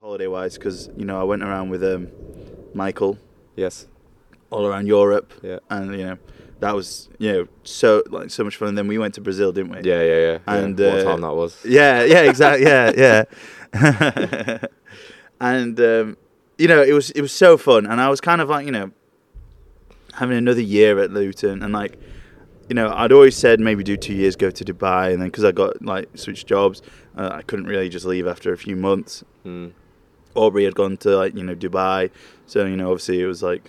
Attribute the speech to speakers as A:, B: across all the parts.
A: holiday wise because you know I went around with um, Michael
B: Yes.
A: all around Europe,
B: Yeah.
A: and you know that was you know so like so much fun. And then we went to Brazil, didn't we?
B: Yeah, yeah, yeah.
A: And,
B: yeah. what
A: uh,
B: a time that was.
A: Yeah, yeah, exactly. Yeah, yeah. and um, you know, it was it was so fun, and I was kind of like you know having another year at Luton, and like you know, I'd always said maybe do two years, go to Dubai, and then because I got like switched jobs, uh, I couldn't really just leave after a few months.
B: Mm.
A: Aubrey had gone to like you know Dubai, so you know obviously it was like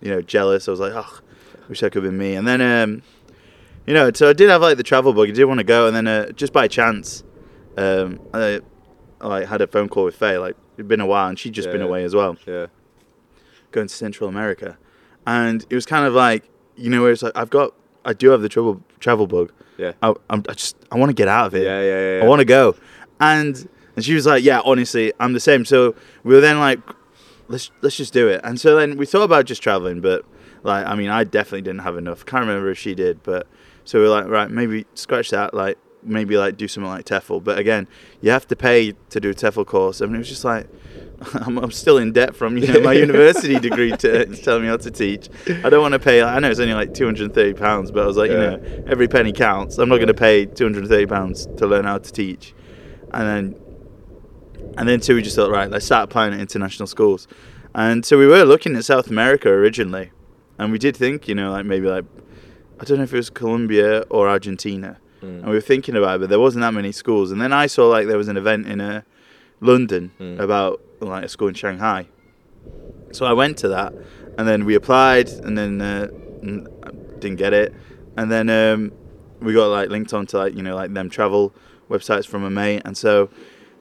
A: you know jealous. I was like, oh, wish that could have been me. And then um, you know, so I did have like the travel bug. I did want to go, and then uh, just by chance, um, I, I had a phone call with Faye. Like it'd been a while, and she'd just been
B: Yeah.
A: away as well,
B: Yeah.
A: going to Central America, and it was kind of like you know, it was like I've got, I do have the travel travel bug.
B: Yeah.
A: I, I'm, I just I want to get out of
B: Yeah,
A: it.
B: yeah, yeah. yeah.
A: I want to go. And and she was like, yeah, honestly, I'm the same. So we were then like, let's let's just do it. And so then we thought about just traveling, but like, I mean, I definitely didn't have enough. Can't remember if she did, but so we were like, right, maybe scratch that, like maybe like do something like TEFL. But again, you have to pay to do a TEFL course. I mean, it was just like. I'm, I'm still in debt from you know my university degree to, to tell me how to teach. I don't want to pay. I know it's only like 230 pounds, but I was like,
B: Yeah.
A: you know, every penny counts. I'm not going to pay 230 pounds to learn how to teach, and then and then so we just thought, right, let's start applying at international schools, and so we were looking at South America originally, and we did think, you know, like maybe like I don't know if it was Colombia or Argentina,
B: Mm.
A: and we were thinking about it, but there wasn't that many schools, and then I saw like there was an event in uh, London
B: Mm.
A: about like a school in Shanghai, so I went to that, and then we applied, and then uh, n- I didn't get it, and then um, we got like linked onto like you know like them travel websites from a mate, and so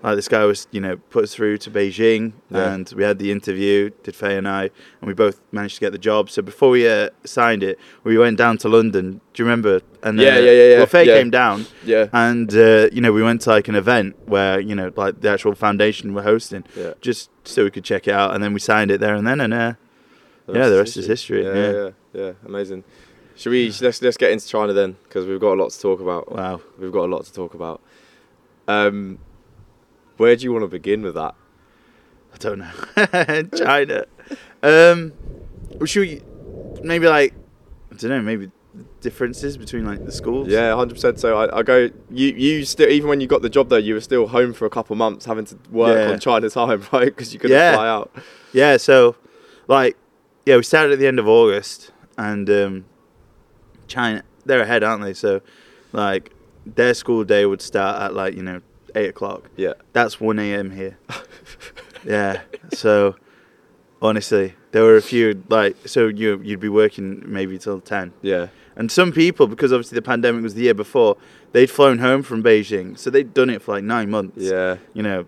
A: like this guy was you know put us through to Beijing,
B: Yeah.
A: and we had the interview, did Faye and I, and we both managed to get the job. So before we uh, signed it, we went down to London. Do you remember? And uh,
B: Yeah, yeah, yeah, yeah,
A: Well, Faye
B: yeah.
A: came down,
B: Yeah.
A: and uh, you know we went to like an event where you know like the actual foundation were hosting
B: Yeah.
A: just so we could check it out and then we signed it there and then and uh, yeah, the rest is history,
B: Yeah, yeah, yeah, Amazing. Should we sh- let's let's get into China then because we've got a lot to talk about.
A: wow
B: We've got a lot to talk about. Um, where do you want to begin with that?
A: i don't know china um well, should we maybe like i don't know maybe differences between like the schools
B: Yeah, hundred percent. So I, I go. You you still even when you got the job though, you were still home for a couple months having to work
A: Yeah.
B: on China time, right? Because you couldn't
A: Yeah.
B: fly out.
A: yeah so like yeah we started at the end of august and um china they're ahead aren't they so like their school day would start at like you know eight o'clock
B: Yeah.
A: that's 1 a.m here yeah. So honestly, there were a few like so you you'd be working maybe till ten,
B: yeah.
A: and some people because obviously the pandemic was the year before they'd flown home from Beijing, so they'd done it for like nine months.
B: Yeah.
A: You know,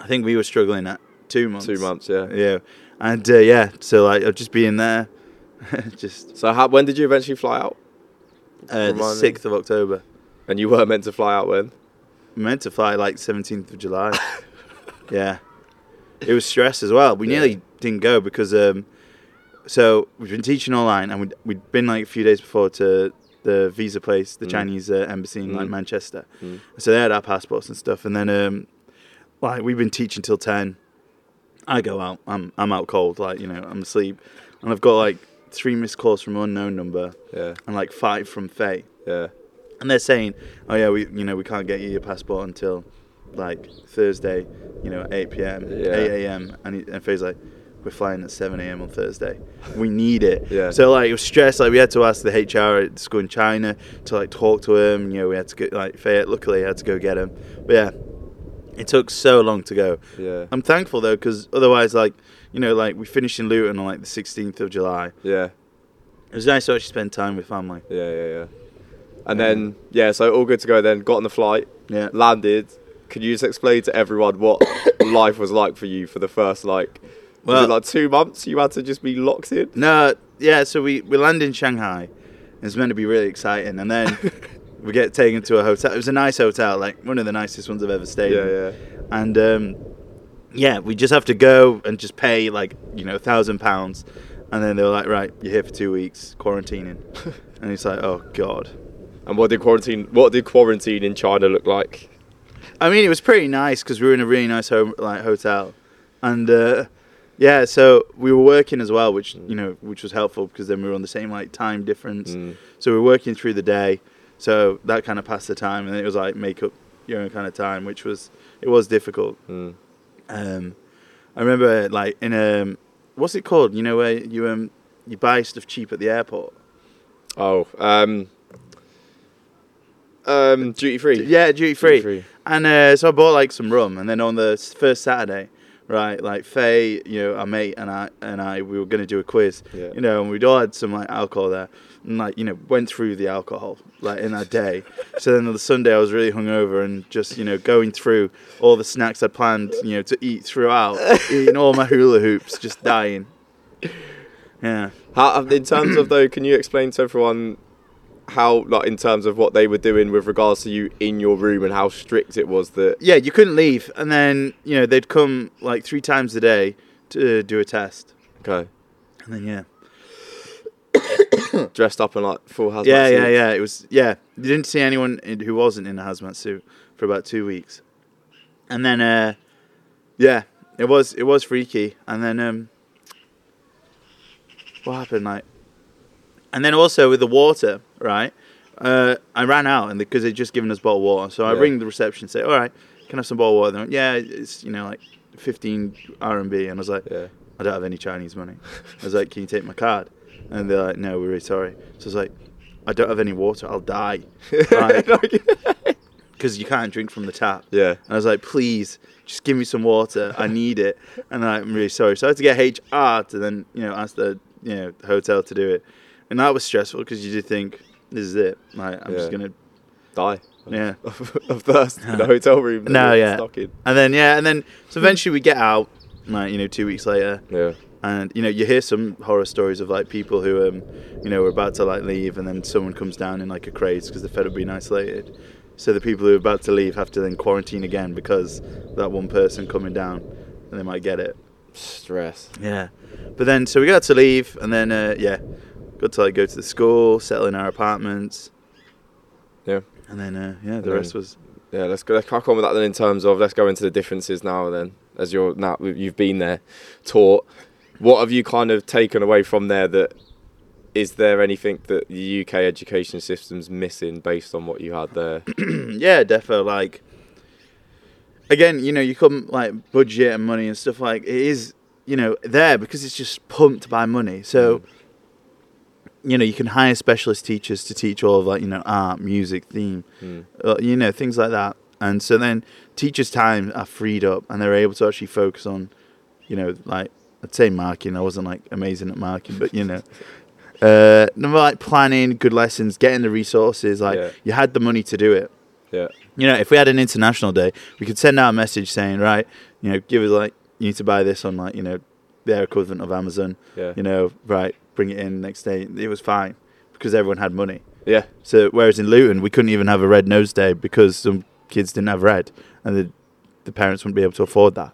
A: I think we were struggling at two months.
B: Two months. Yeah.
A: Yeah, and uh, yeah, so like I'd just be in there, just
B: So how, when did you eventually fly out?
A: uh,
B: Remind
A: the
B: me.
A: sixth of October.
B: And you were meant to fly out when?
A: We meant to fly like 17th of July. yeah. It was stress as well. We
B: Yeah.
A: nearly didn't go because, um, so we've been teaching online and we'd, we'd been like a few days before to the visa place, the
B: Mm.
A: Chinese uh, embassy in like
B: Mm.
A: Manchester.
B: Mm.
A: So they had our passports and stuff. And then, um, like, we've been teaching till 10. I go out, I'm, I'm out cold, like, you know, I'm asleep. And I've got like three missed calls from an unknown number
B: Yeah.
A: and like five from Faye
B: Yeah.
A: and they're saying, "Oh yeah, we you know we can't get you your passport until like Thursday, you know, 8 p.m.,
B: Yeah.
A: 8 a.m." And, he- and Faye's like, "We're flying at 7 a.m. on Thursday. We need it."
B: Yeah.
A: So like it was stress. Like we had to ask the HR at the school in China to like talk to him. You know, we had to get like Faye. Luckily, I had to go get him. But yeah, it took so long to go.
B: Yeah.
A: I'm thankful though, because otherwise, like you know, like we finished in Luton on like the 16th of July.
B: Yeah.
A: It was nice to actually spend time with family.
B: Yeah, yeah, yeah. And
A: Yeah.
B: then yeah, so all good to go. Then got on the flight,
A: Yeah.
B: landed. Could you just explain to everyone what life was like for you for the first like, was
A: Well-
B: it like two months? You had to just be locked in.
A: No, yeah. So we we land in Shanghai. It's meant to be really exciting, and then we get taken to a hotel. It was a nice hotel, like one of the nicest ones I've ever
B: Yeah,
A: stayed. in.
B: yeah,
A: And um, yeah, we just have to go and just pay like you know a thousand pounds, and then they were like, right, you're here for two weeks quarantining, and it's like, oh god.
B: And what did quarantine? What did quarantine in China look like?
A: I mean, it was pretty nice because we were in a really nice home, like hotel, and uh, yeah, so we were working as well, which you know, which was helpful because then we were on the same like time difference.
B: Mm.
A: So we were working through the day, so that kind of passed the time, and it was like make up your own kind of time, which was it was difficult.
B: Mm.
A: Um, I remember like in um, what's it called? You know where you um you buy stuff cheap at the airport.
B: Oh, um, um, duty free.
A: Yeah, duty free.
B: free.
A: And uh, so I bought like some rum, and then on the s- first Saturday, right, like Faye, you know, our mate and I and I, we were gonna do a quiz,
B: Yeah.
A: you know, and we'd all had some like alcohol there, and like you know, went through the alcohol like in that day. so then on the Sunday, I was really hungover and just you know going through all the snacks I planned, you know, to eat throughout, eating all my hula hoops, just dying. Yeah.
B: How, uh, in terms of though, can you explain to everyone how, like, in terms of what they were doing with regards to you in your room and how strict it was that?
A: yeah, you couldn't leave, and then you know they'd come like three times a day to do a test,
B: Okay,
A: and then yeah,
B: dressed up in like full hazmat.
A: yeah, yeah,
B: suits.
A: yeah. It was yeah. You didn't see anyone in- who wasn't in a hazmat suit for about two weeks, and then uh, yeah, it was it was freaky, and then um, what happened like, and then also with the water, right? Uh, I ran out and because they'd just given us bottled water, so I
B: Yeah.
A: ring the reception, say, "All right, can I have some bottled water?" They went, "Yeah, it's you know like fifteen RMB," and I was like,
B: Yeah.
A: I don't have any Chinese money. I was like, can you take my card? And they're like, no, we're really sorry. So I was like, I don't have any water. I'll die. Because
B: Like-
A: you can't drink from the tap.
B: yeah.
A: And I was like, please, just give me some water. I need it. And they're like, I'm really sorry. So I had to get HR to then, you know, ask the, you know, hotel to do it. And that was stressful because you did think, this is it. Like, I'm just
B: Yeah.
A: going to,
B: Die.
A: yeah.
B: Of, of thirst in a hotel room. that
A: No,
B: you're
A: yeah.
B: Stuck in.
A: And then, yeah. And then, so eventually we get out, like, you know, two weeks later.
B: Yeah.
A: and you know you hear some horror stories of like people who um you know are about to like leave and then someone comes down in like a craze because they're fed up being isolated so the people who are about to leave have to then quarantine again because that one person coming down and they might get it
B: Stress.
A: yeah but then so we got to leave and then uh, yeah got to like go to the school settle in our apartments
B: Yeah.
A: and then uh, yeah the
B: then-
A: rest was
B: Yeah, let's go. Let's crack on with that then. In terms of, let's go into the differences now. Then, as you're now, you've been there, taught. What have you kind of taken away from there? That is there anything that the UK education system's missing based on what you had there?
A: yeah, defo. Like again, you know, you come like budget and money and stuff. Like it is, you know, there because it's just pumped by money. So
B: Mm.
A: you know, you can hire specialist teachers to teach all of like you know art, music, theme,
B: Mm.
A: uh, you know, things like that. And so then teachers' time are freed up, and they're able to actually focus on, you know, like I'd say marking. I wasn't like amazing at marking, but you know. Uh, number like planning, good lessons, getting the resources. Like
B: Yeah.
A: you had the money to do it.
B: Yeah,
A: You know, if we had an international day, we could send out a message saying, right, you know, give us like, you need to buy this on like, you know, their equivalent of Amazon.
B: yeah,
A: You know, right, bring it in next day. It was fine because everyone had money.
B: yeah.
A: So whereas in Luton, we couldn't even have a red nose day because some kids didn't have red, and the the parents wouldn't be able to afford that.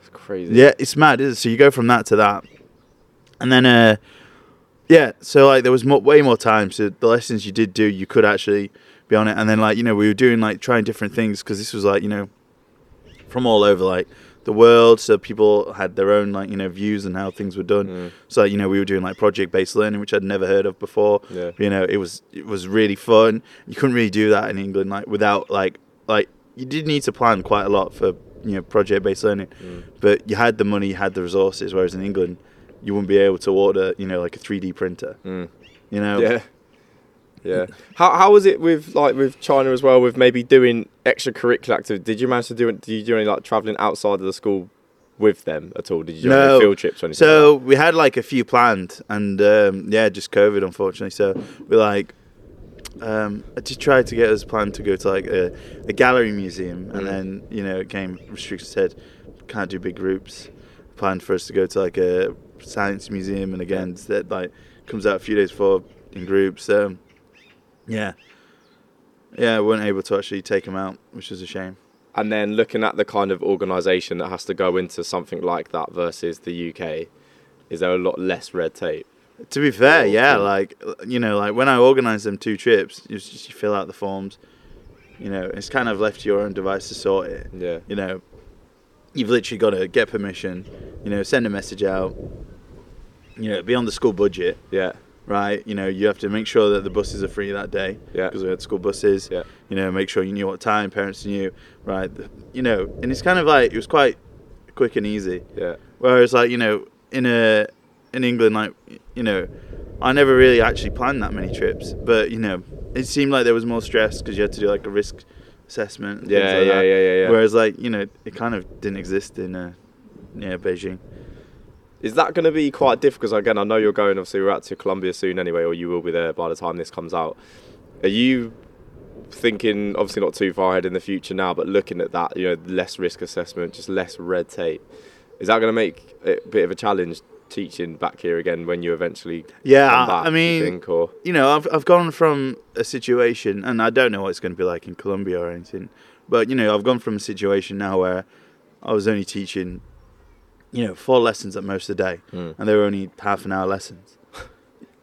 B: It's crazy.
A: Yeah, it's mad, isn't it? So you go from that to that, and then uh, yeah. So like there was mo way more time. So the lessons you did do, you could actually be on it. And then like you know we were doing like trying different things because this was like you know from all over like the world. So people had their own like you know views and how things were done.
B: Mm.
A: So you know we were doing like project based learning, which I'd never heard of before.
B: Yeah.
A: You know it was it was really fun. You couldn't really do that in England like without like like you did need to plan quite a lot for you know project based learning
B: Mm.
A: but you had the money, you had the resources. Whereas in England, you wouldn't be able to order, you know, like a 3D printer.
B: Mm.
A: You know,
B: Yeah. Yeah. How how was it with like with China as well? With maybe doing extracurricular activities? Did you manage to do? it- Did you do any like traveling outside of the school with them at all? Did you do
A: No.
B: any field trips or anything? like
A: So we had like a few planned, and um, yeah, just COVID, unfortunately. So we like, um, I just tried to get us planned to go to like a, a gallery museum, and
B: Mm.
A: then you know it came restricted. Said can't do big groups. Planned for us to go to like a science museum, and again said like comes out a few days before in groups. So yeah, yeah, we weren't able to actually take them out, which was a shame.
B: and then looking at the kind of organisation that has to go into something like that versus the UK, is there a lot less red tape?
A: To be fair,
B: Cool,
A: yeah,
B: cool.
A: like you know, like when I organised them two trips, it was just you fill out the forms, You know, it's kind of left to your own device to sort it.
B: Yeah.
A: You know, you've literally got to get permission. You know, send a message out. You know, be on the school budget,
B: Yeah.
A: right? You know, you have to make sure that the buses are free that day.
B: Yeah.
A: Because we had school buses.
B: Yeah.
A: You know, make sure you knew what time parents knew, right? You know, and it's kind of like it was quite quick and easy.
B: Yeah.
A: Whereas, like you know, in a in England, like you know, I never really actually planned that many trips. But you know, it seemed like there was more stress because you had to do like a risk assessment. and things
B: Yeah,
A: like
B: yeah,
A: that.
B: yeah, yeah, yeah.
A: Whereas, like you know, it kind of didn't exist in uh, yeah Beijing.
B: Is that going to be quite difficult? 'Cause again, I know you're going. Obviously, we're out to Colombia soon anyway, or you will be there by the time this comes out. Are you thinking, obviously not too far ahead in the future now, but looking at that, you know, less risk assessment, just less red tape. Is that going to make it a bit of a challenge teaching back here again when you eventually?
A: Yeah,
B: come back,
A: I
B: do you
A: mean,
B: think, or
A: you know, I've I've gone from a situation, and I don't know what it's going to be like in Colombia or anything, but you know, I've gone from a situation now where I was only teaching, you know, four lessons at most a day,
B: Mm.
A: and they were only half an hour lessons.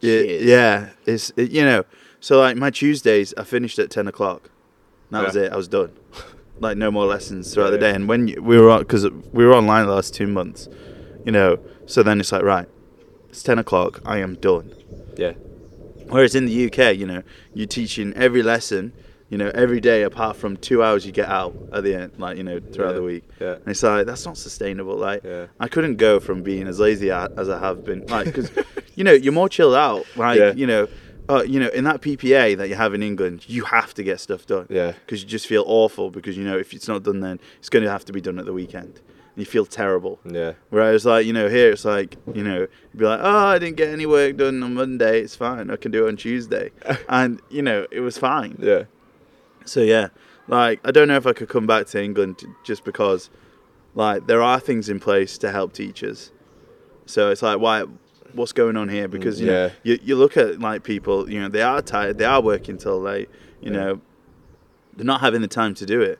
A: yeah,
B: Shit.
A: yeah, it's it, you know, so like my Tuesdays, I finished at ten o'clock. And that was
B: Yeah.
A: it. I was done. Like no more lessons throughout the
B: Yeah.
A: day. And when you, we were on, because we were online the last two months, you know, so then it's like right, it's ten o'clock. I am done.
B: yeah,
A: Whereas in the UK, you know, you're teaching every lesson, you know, every day apart from two hours you get out at the end, like, you know, throughout
B: Yeah,
A: the week.
B: yeah.
A: And it's like, that's not sustainable. Like,
B: Yeah.
A: I couldn't go from being as lazy a- as I have been. Like, because, you know, you're more chilled out. Like,
B: Yeah.
A: you know, uh, you know, in that PPA that you have in England, you have to get stuff done.
B: Yeah.
A: Because you just feel awful because, you know, if it's not done then, it's going to have to be done at the weekend. You feel terrible.
B: yeah,
A: Whereas, like, you know, here it's like, you know, you'd be like, oh, I didn't get any work done on Monday. It's fine. I can do it on Tuesday. and, you know, it was fine.
B: yeah.
A: So, yeah, like, I don't know if I could come back to England just because, like, there are things in place to help teachers. So it's like, why? What's going on here? Because, you
B: yeah.
A: know, you, you look at, like, people, you know, they are tired. They are working till late. You
B: Yeah.
A: know, they're not having the time to do it.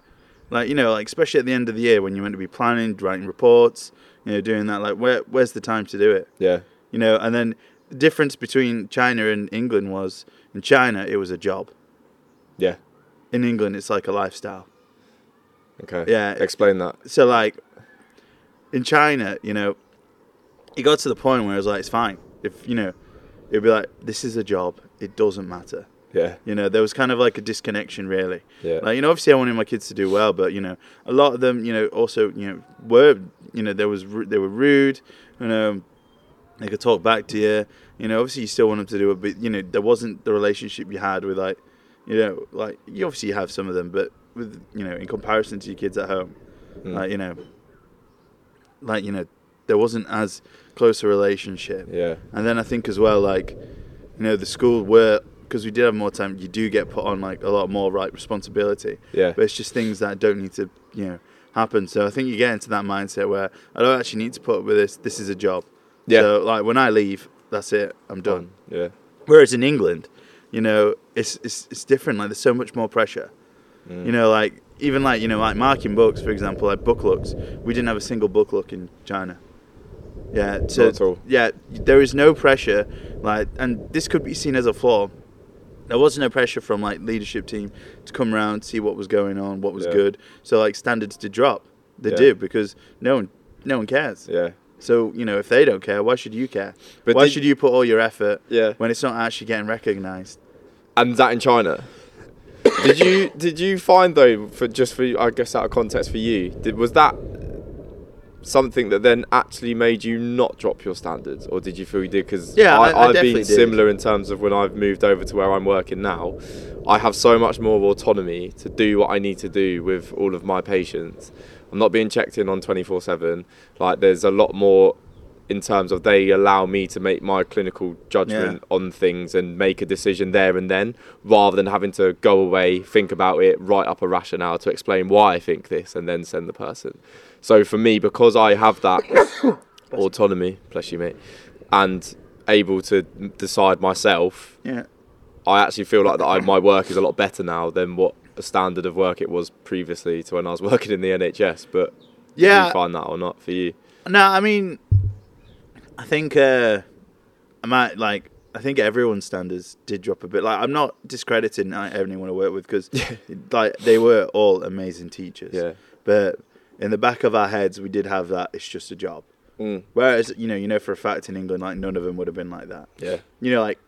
A: Like you know, like especially at the end of the year when you're meant to be planning, writing reports, you know, doing that. Like where where's the time to do it?
B: yeah.
A: You know, and then the difference between China and England was in China it was a job.
B: Yeah.
A: In England it's like a lifestyle.
B: Okay.
A: Yeah.
B: Explain that.
A: So like in China, you know, it got to the point where it was like it's fine. If you know, it'd be like this is a job. It doesn't matter.
B: Yeah.
A: You know, there was kind of like a disconnection, really.
B: Yeah.
A: Like, you know, obviously I wanted my kids to do well, but you know, a lot of them, you know, also, you know, were, you know, there was ru- they were rude. You know, they could talk back to you. You know, obviously you still want them to do it, but you know, there wasn't the relationship you had with like, you know, like you obviously have some of them, but with you know, in comparison to your kids at home,
B: Mm.
A: like you know, like you know, there wasn't as close a relationship.
B: Yeah.
A: And then I think as well, like, you know, the school were because we did have more time. You do get put on like a lot more right responsibility.
B: Yeah.
A: But it's just things that don't need to, you know, happen. So I think you get into that mindset where I don't actually need to put up with this. This is a job.
B: Yeah.
A: So like when I leave, that's it. I'm done.
B: Yeah.
A: Whereas in England, you know, it's it's it's different. Like there's so much more pressure.
B: Mm.
A: You know, like even like you know, like marking books, for example, like book looks. We didn't have a single book look in China. Yeah, so
B: Not at all.
A: yeah, there is no pressure. Like, and this could be seen as a flaw. There was no pressure from like leadership team to come around, see what was going on, what was
B: Yeah.
A: good. So like standards did drop. They
B: Yeah.
A: do because no one, no one cares.
B: Yeah.
A: So you know, if they don't care, why should you care?
B: But
A: why
B: did-
A: should you put all your effort
B: Yeah.
A: when it's not actually getting recognised?
B: and that in China. did you did you find though for just for I guess out of context for you did, was that something that then actually made you not drop your standards or did you feel you did because
A: Yeah, I- I
B: I, have
A: definitely
B: been
A: did.
B: similar in terms of when I've moved over to where I'm working now I have so much more autonomy to do what I need to do with all of my patients I'm not being checked in on 24 7 like there's a lot more in terms of they allow me to make my clinical judgment on things and make a decision there and then rather than having to go away, think about it, write up a rationale to explain why I think this and then send the person. So for me, because I have that autonomy, bless you, mate, and able to m- decide myself,
A: Yeah,
B: I actually feel like that I, my work is a lot better now than what a standard of work it was previously to when I was working in the NHS. But did
A: yeah.
B: you find that or not for you?
A: No, I mean, I think uh, I might like I think everyone's standards did drop a bit. Like I'm not discrediting uh, anyone I work with because like they were all amazing teachers.
B: Yeah.
A: But in the back of our heads, we did have that. It's just a job.
B: Mm.
A: Whereas you know, you know for a fact in England, like none of them would have been like that.
B: Yeah.
A: You know, like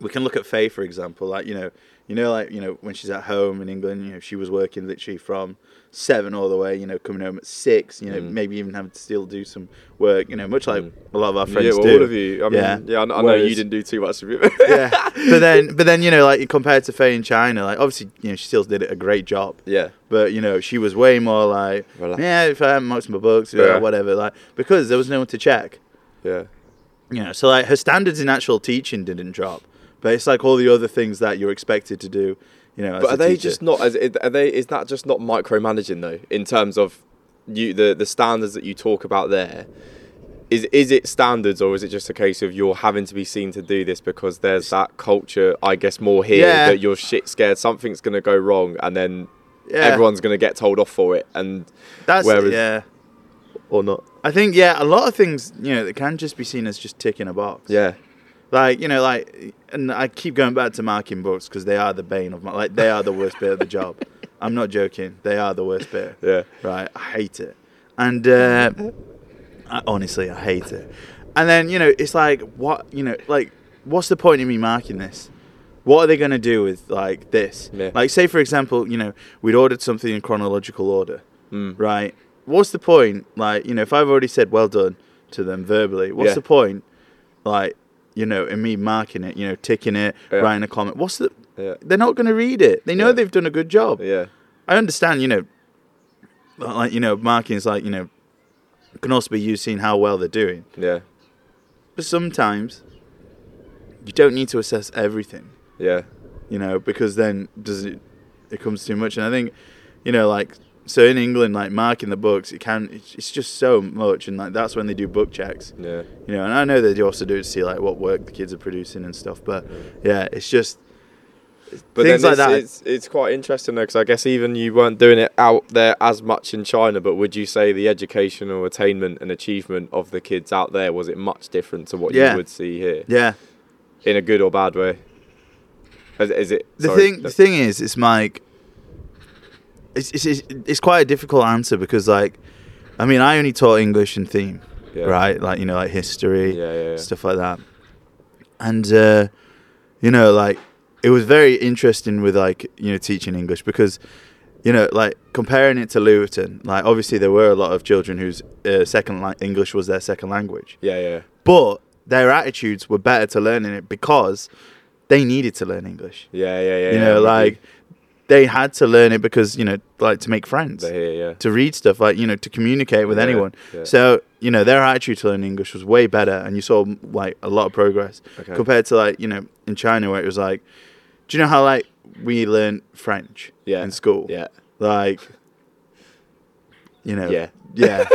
A: we can look at Faye for example. Like you know, you know, like you know when she's at home in England, you know she was working literally from seven all the way. You know, coming home at six. You know,
B: Mm.
A: maybe even having to still do some work. You know, much like
B: Mm.
A: a lot of our friends
B: Yeah, well,
A: do.
B: all of you. I mean,
A: Yeah.
B: yeah, I, I know
A: Whereas-
B: you didn't do too much of it.
A: yeah. But then, but then you know, like compared to Faye in China, like obviously you know she still did a great job.
B: yeah.
A: But you know she was way more like,
B: Relax.
A: yeah, if I haven't marked my books, yeah,
B: Yeah.
A: whatever, like because there was no one to check.
B: Yeah.
A: You know, so like her standards in actual teaching didn't drop, but it's like all the other things that you're expected to do. You know, as
B: But
A: a
B: are they
A: teacher.
B: just not? As, are they? Is that just not micromanaging though? In terms of you, the the standards that you talk about there, is is it standards or is it just a case of you're having to be seen to do this because there's that culture, I guess, more here
A: Yeah.
B: that you're shit scared something's gonna go wrong and then
A: Yeah.
B: everyone's gonna get told off for it and
A: That's
B: whereas-
A: yeah.
B: or not.
A: I think yeah, a lot of things you know that can just be seen as just ticking a box.
B: Yeah.
A: Like you know, like, and I keep going back to marking books because they are the bane of my like they are the worst bit of the job. I'm not joking. They are the worst bit.
B: Yeah.
A: Right. I hate it. And uh, I, honestly, I hate it. And then you know, it's like what you know, like what's the point in me marking this? What are they going to do with like this?
B: Yeah.
A: Like say for example, you know, we'd ordered something in chronological order,
B: Mm.
A: right? What's the point? Like you know, if I've already said well done to them verbally, what's
B: Yeah.
A: the point? Like you know, and me marking it, you know, ticking it,
B: Yeah.
A: writing a comment. What's the?
B: Yeah.
A: They're not going to read it. They know
B: Yeah.
A: they've done a good job.
B: Yeah.
A: I understand, you know, like you know, marking is like you know, can also be you seeing how well they're doing.
B: Yeah.
A: But sometimes you don't need to assess everything,
B: Yeah.
A: you know, because then does it it comes too much. And I think, you know, like so in England, like marking the books, it can it's it's just so much, and like that's when they do book checks,
B: Yeah.
A: you know. And I know they do also do it to see like what work the kids are producing and stuff, but yeah, it's just
B: But
A: things
B: then
A: like that.
B: it's, It's, it's quite interesting though, because I guess even you weren't doing it out there as much in China. But would you say the educational attainment and achievement of the kids out there was it much different to what
A: Yeah.
B: you would see here,
A: yeah.
B: in a good or bad way? Is, is it
A: The
B: sorry,
A: thing, the thing is, it's like it's, it's it's it's quite a difficult answer because like, I mean, I only taught English and theme,
B: Yeah.
A: right? Like you know, like history,
B: Yeah, yeah, yeah.
A: stuff like that, and uh, you know, like it was very interesting with like you know teaching English because. You know, like comparing it to Luton, like obviously there were a lot of children whose uh, second la- English was their second language,
B: Yeah, yeah,
A: but their attitudes were better to learning it because they needed to learn English
B: yeah, yeah, yeah.
A: you
B: yeah,
A: know
B: I'm with
A: like they had to learn it because you know like to make friends
B: you. They're here, yeah,
A: to read stuff like you know to communicate with
B: Yeah,
A: anyone
B: yeah.
A: so you know their attitude to learning english was way better and you saw like a lot of progress
B: Okay.
A: compared to like you know in china where it was like do you know how like we learn french
B: yeah,
A: in school
B: Yeah,
A: like you know
B: Yeah.
A: yeah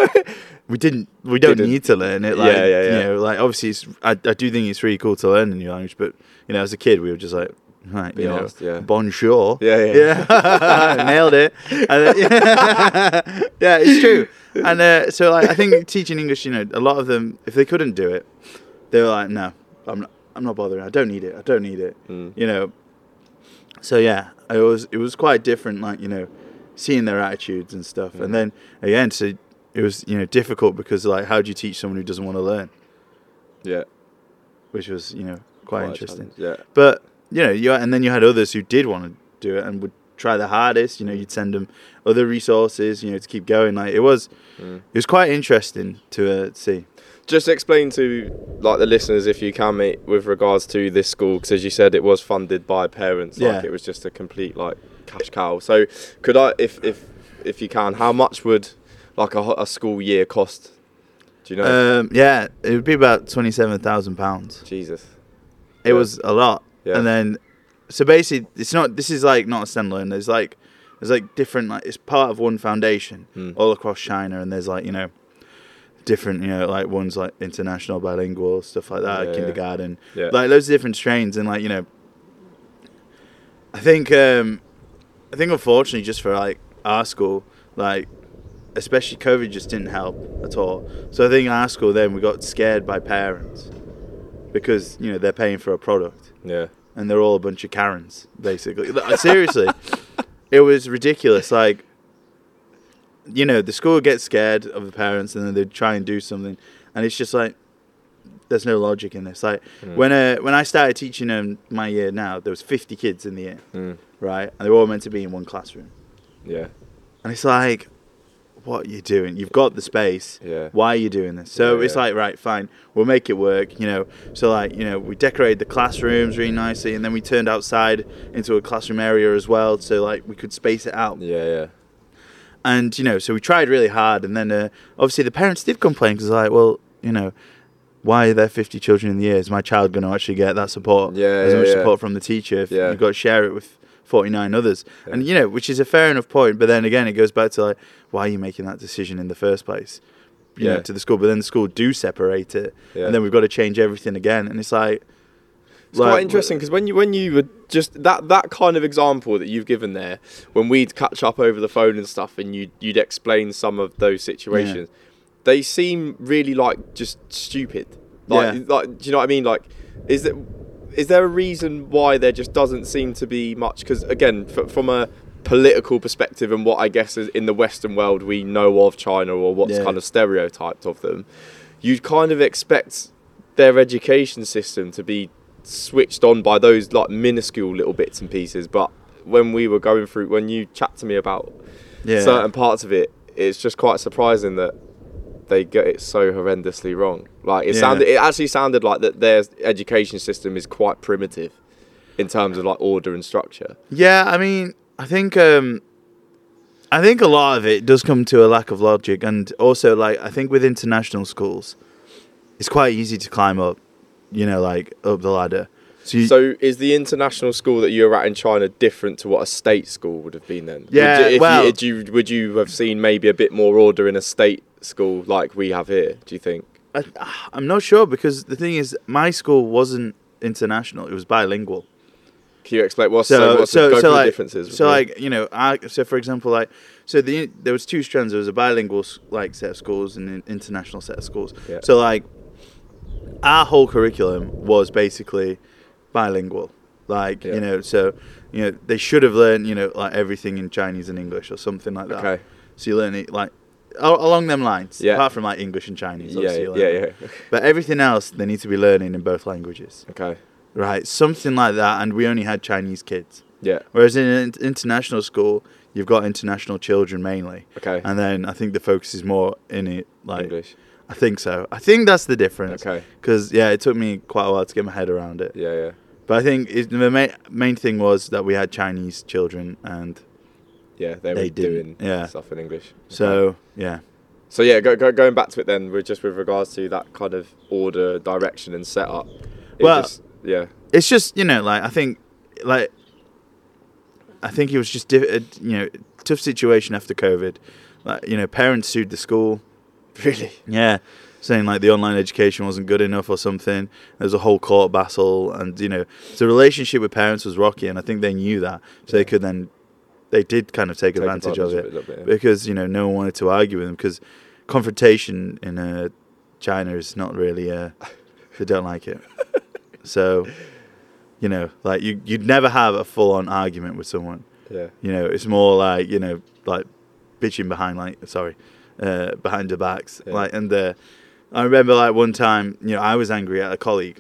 A: we didn't we don't
B: Didn't.
A: need to learn it like
B: Yeah, yeah, yeah.
A: you know like obviously it's, I, I do think it's really cool to learn a new language but you know as a kid we were just like right
B: Be
A: you know,
B: honest, yeah.
A: bonjour
B: Yeah, yeah.
A: yeah. nailed it And then- yeah. it's true and uh, so like I think teaching English you know a lot of them if they couldn't do it they were like no I'm not I'm not bothering I don't need it I don't need it
B: Mm.
A: you know so yeah it was it was quite different like you know seeing their attitudes and stuff and then again so it was you know difficult because like how do you teach someone who doesn't want to learn
B: yeah.
A: which was you know quite,
B: a
A: interesting
B: challenge, Yeah,
A: but you know you and then you had others who did want to do it and would try the hardest you know you'd send them other resources you know to keep going like it was
B: Mm.
A: it was quite interesting to uh, see
B: just explain to like the listeners if you can mate with regards to this school because as you said it was funded by parents like
A: Yeah.
B: it was just a complete like cash cow so could i if if if you can how much would like a, ho- a school year cost do you know
A: um yeah it would be about 27,000 pounds
B: jesus
A: It
B: Yeah.
A: was a lot.
B: Yeah.
A: And then, so basically, it's not. This is like not a standalone. There's like, there's like different. Like it's part of one foundation
B: Mm.
A: all across China, and there's like you know, different you know like ones like international bilingual stuff like that,
B: Yeah, yeah.
A: kindergarten,
B: Yeah.
A: like loads of different strains, and like you know, I think um I think unfortunately just for like our school, like especially COVID just didn't help at all. So I think our school then we got scared by parents because you know they're paying for a product
B: Yeah.
A: and they're all a bunch of Karens basically. Like, Seriously, it was ridiculous. Like, you know, the school gets scared of the parents and then they try and do something, and it's just like there's no logic in this. Like
B: Mm.
A: when uh, when I started teaching um, my year now, there was 50 kids in the year,
B: Mm.
A: right, and they were all meant to be in one classroom.
B: Yeah.
A: And it's like, what are you doing? You've got the space.
B: Yeah.
A: Why are you doing this? So
B: Yeah,
A: it's
B: yeah.
A: like, right, fine, we'll make it work, you know. So like, you know, we decorated the classrooms really nicely, and then we turned outside into a classroom area as well, so like we could space it out.
B: Yeah. Yeah.
A: And you know, so we tried really hard, and then uh, obviously the parents did complain because like, well, you know. Why are there 50 children in the year? Is my child going to actually get that support?
B: Yeah,
A: as
B: yeah,
A: much
B: yeah.
A: support from the teacher if
B: Yeah.
A: you've got to share it with 49 others.
B: Yeah.
A: And, you know, which is a fair enough point. But then again, it goes back to like, why are you making that decision in the first place? You know,
B: Yeah.
A: to the school. But then the school do separate it.
B: Yeah.
A: And then we've got to change everything again. And it's like,
B: It's quite interesting because when you when you were just that that kind of example that you've given there, when we'd catch up over the phone and stuff, and you you'd explain some of those situations, they seem really like just stupid. Like,
A: Yeah.
B: like do you know what I mean? Like, is that is there a reason why there just doesn't seem to be much? Because again, f- from a political perspective and what I guess is in the Western world we know of China or what's
A: Yeah.
B: kind of stereotyped of them, you'd kind of expect their education system to be switched on by those like minuscule little bits and pieces. But when we were going through, when you chat to me about
A: yeah.
B: certain parts of it, it's just quite surprising that they get it so horrendously wrong. Like it
A: Yeah.
B: sounded, it actually sounded like that their education system is quite primitive in terms of like order and structure.
A: Yeah, I mean, I think um I think a lot of it does come to a lack of logic and also like I think with international schools it's quite easy to climb up, you know, like up the ladder. So, you,
B: So is the international school that you were at in China different to what a state school would have been then?
A: Yeah,
B: Would you, if
A: well-
B: you, would you would you have seen maybe a bit more order in a state school like we have here? Do you think?
A: I, I'm not sure because the thing is my school wasn't international, it was bilingual.
B: Can you explain what's so,
A: so
B: what's the,
A: so,
B: go
A: so
B: through the
A: like
B: differences?
A: so like you know I, so for example like so the there was two strands there was a bilingual s- like set of schools and an international set of schools
B: Yeah.
A: so like our whole curriculum was basically bilingual like
B: Yeah.
A: you know so you know they should have learned you know like everything in Chinese and English or something like that
B: Okay.
A: so you learn it like al- along them lines
B: Yeah.
A: apart from like English and Chinese
B: yeah,
A: obviously you
B: yeah,
A: learn
B: yeah,
A: that.
B: yeah.
A: but everything else they need to be learning in both languages
B: Okay.
A: right something like that and we only had Chinese kids
B: Yeah.
A: Whereas in an in- international school, you've got international children mainly,
B: Okay.
A: and then I think the focus is more in it. Like
B: English.
A: I think so. I think that's the difference.
B: Okay.
A: Because yeah, it took me quite a while to get my head around it.
B: Yeah, yeah,
A: But I think it, the main main thing was that we had Chinese children, and
B: yeah.
A: They
B: They, were doing
A: didn't, yeah.
B: stuff in English. Okay.
A: so yeah,
B: So yeah, go, go, going back to it then, we're just with regards to that kind of order, direction, and setup. It
A: Well-
B: just, yeah,
A: it's just you know like I think like I think it was just diff- uh, you know tough situation after COVID. Like you know, parents sued the school.
B: really.
A: Yeah, saying like the online education wasn't good enough or something. There was a whole court battle, and you know, the relationship with parents was rocky, and I think they knew that, so they could then, they did kind of take,
B: Take
A: advantage, of it,
B: a little bit, yeah.
A: because you know no one wanted to argue with them because confrontation in uh, China is not really uh, they don't like it, so. You know, like you, you'd never have a full-on argument with someone.
B: Yeah.
A: You know, it's more like you know, like bitching behind like sorry, uh, behind their backs.
B: Yeah.
A: Like and uh, I remember like one time, you know, I was angry at a colleague.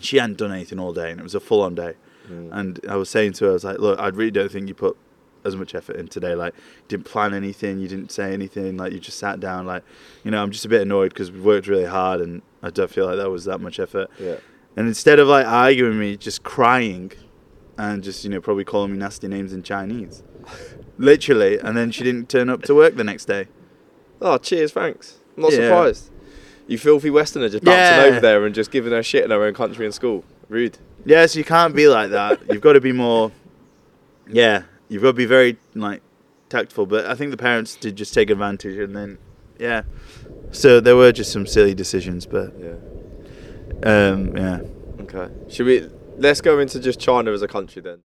A: She hadn't done anything all day, and it was a full on day.
B: Mm.
A: And I was saying to her, I was like, look, I really don't think you put as much effort in today. Like, you didn't plan anything, you didn't say anything. Like, you just sat down. Like, you know, I'm just a bit annoyed because we worked really hard, and I don't feel like that was that much effort.
B: Yeah.
A: And instead of like arguing with me, just crying and just, you know, probably calling me nasty names in Chinese. Literally. And then she didn't turn up to work the next day.
B: Oh, cheers, thanks. I'm not
A: Yeah.
B: surprised. You filthy Westerner just bouncing
A: Yeah.
B: over there and just giving her shit in her own country and school. Rude.
A: Yeah, so you can't be like that. You've got to be more, yeah, you've got to be very, like, tactful. But I think the parents did just take advantage and then, yeah. So there were just some silly decisions, but,
B: Yeah.
A: um, yeah.
B: Okay. Should we? Let's go into just China as a country then.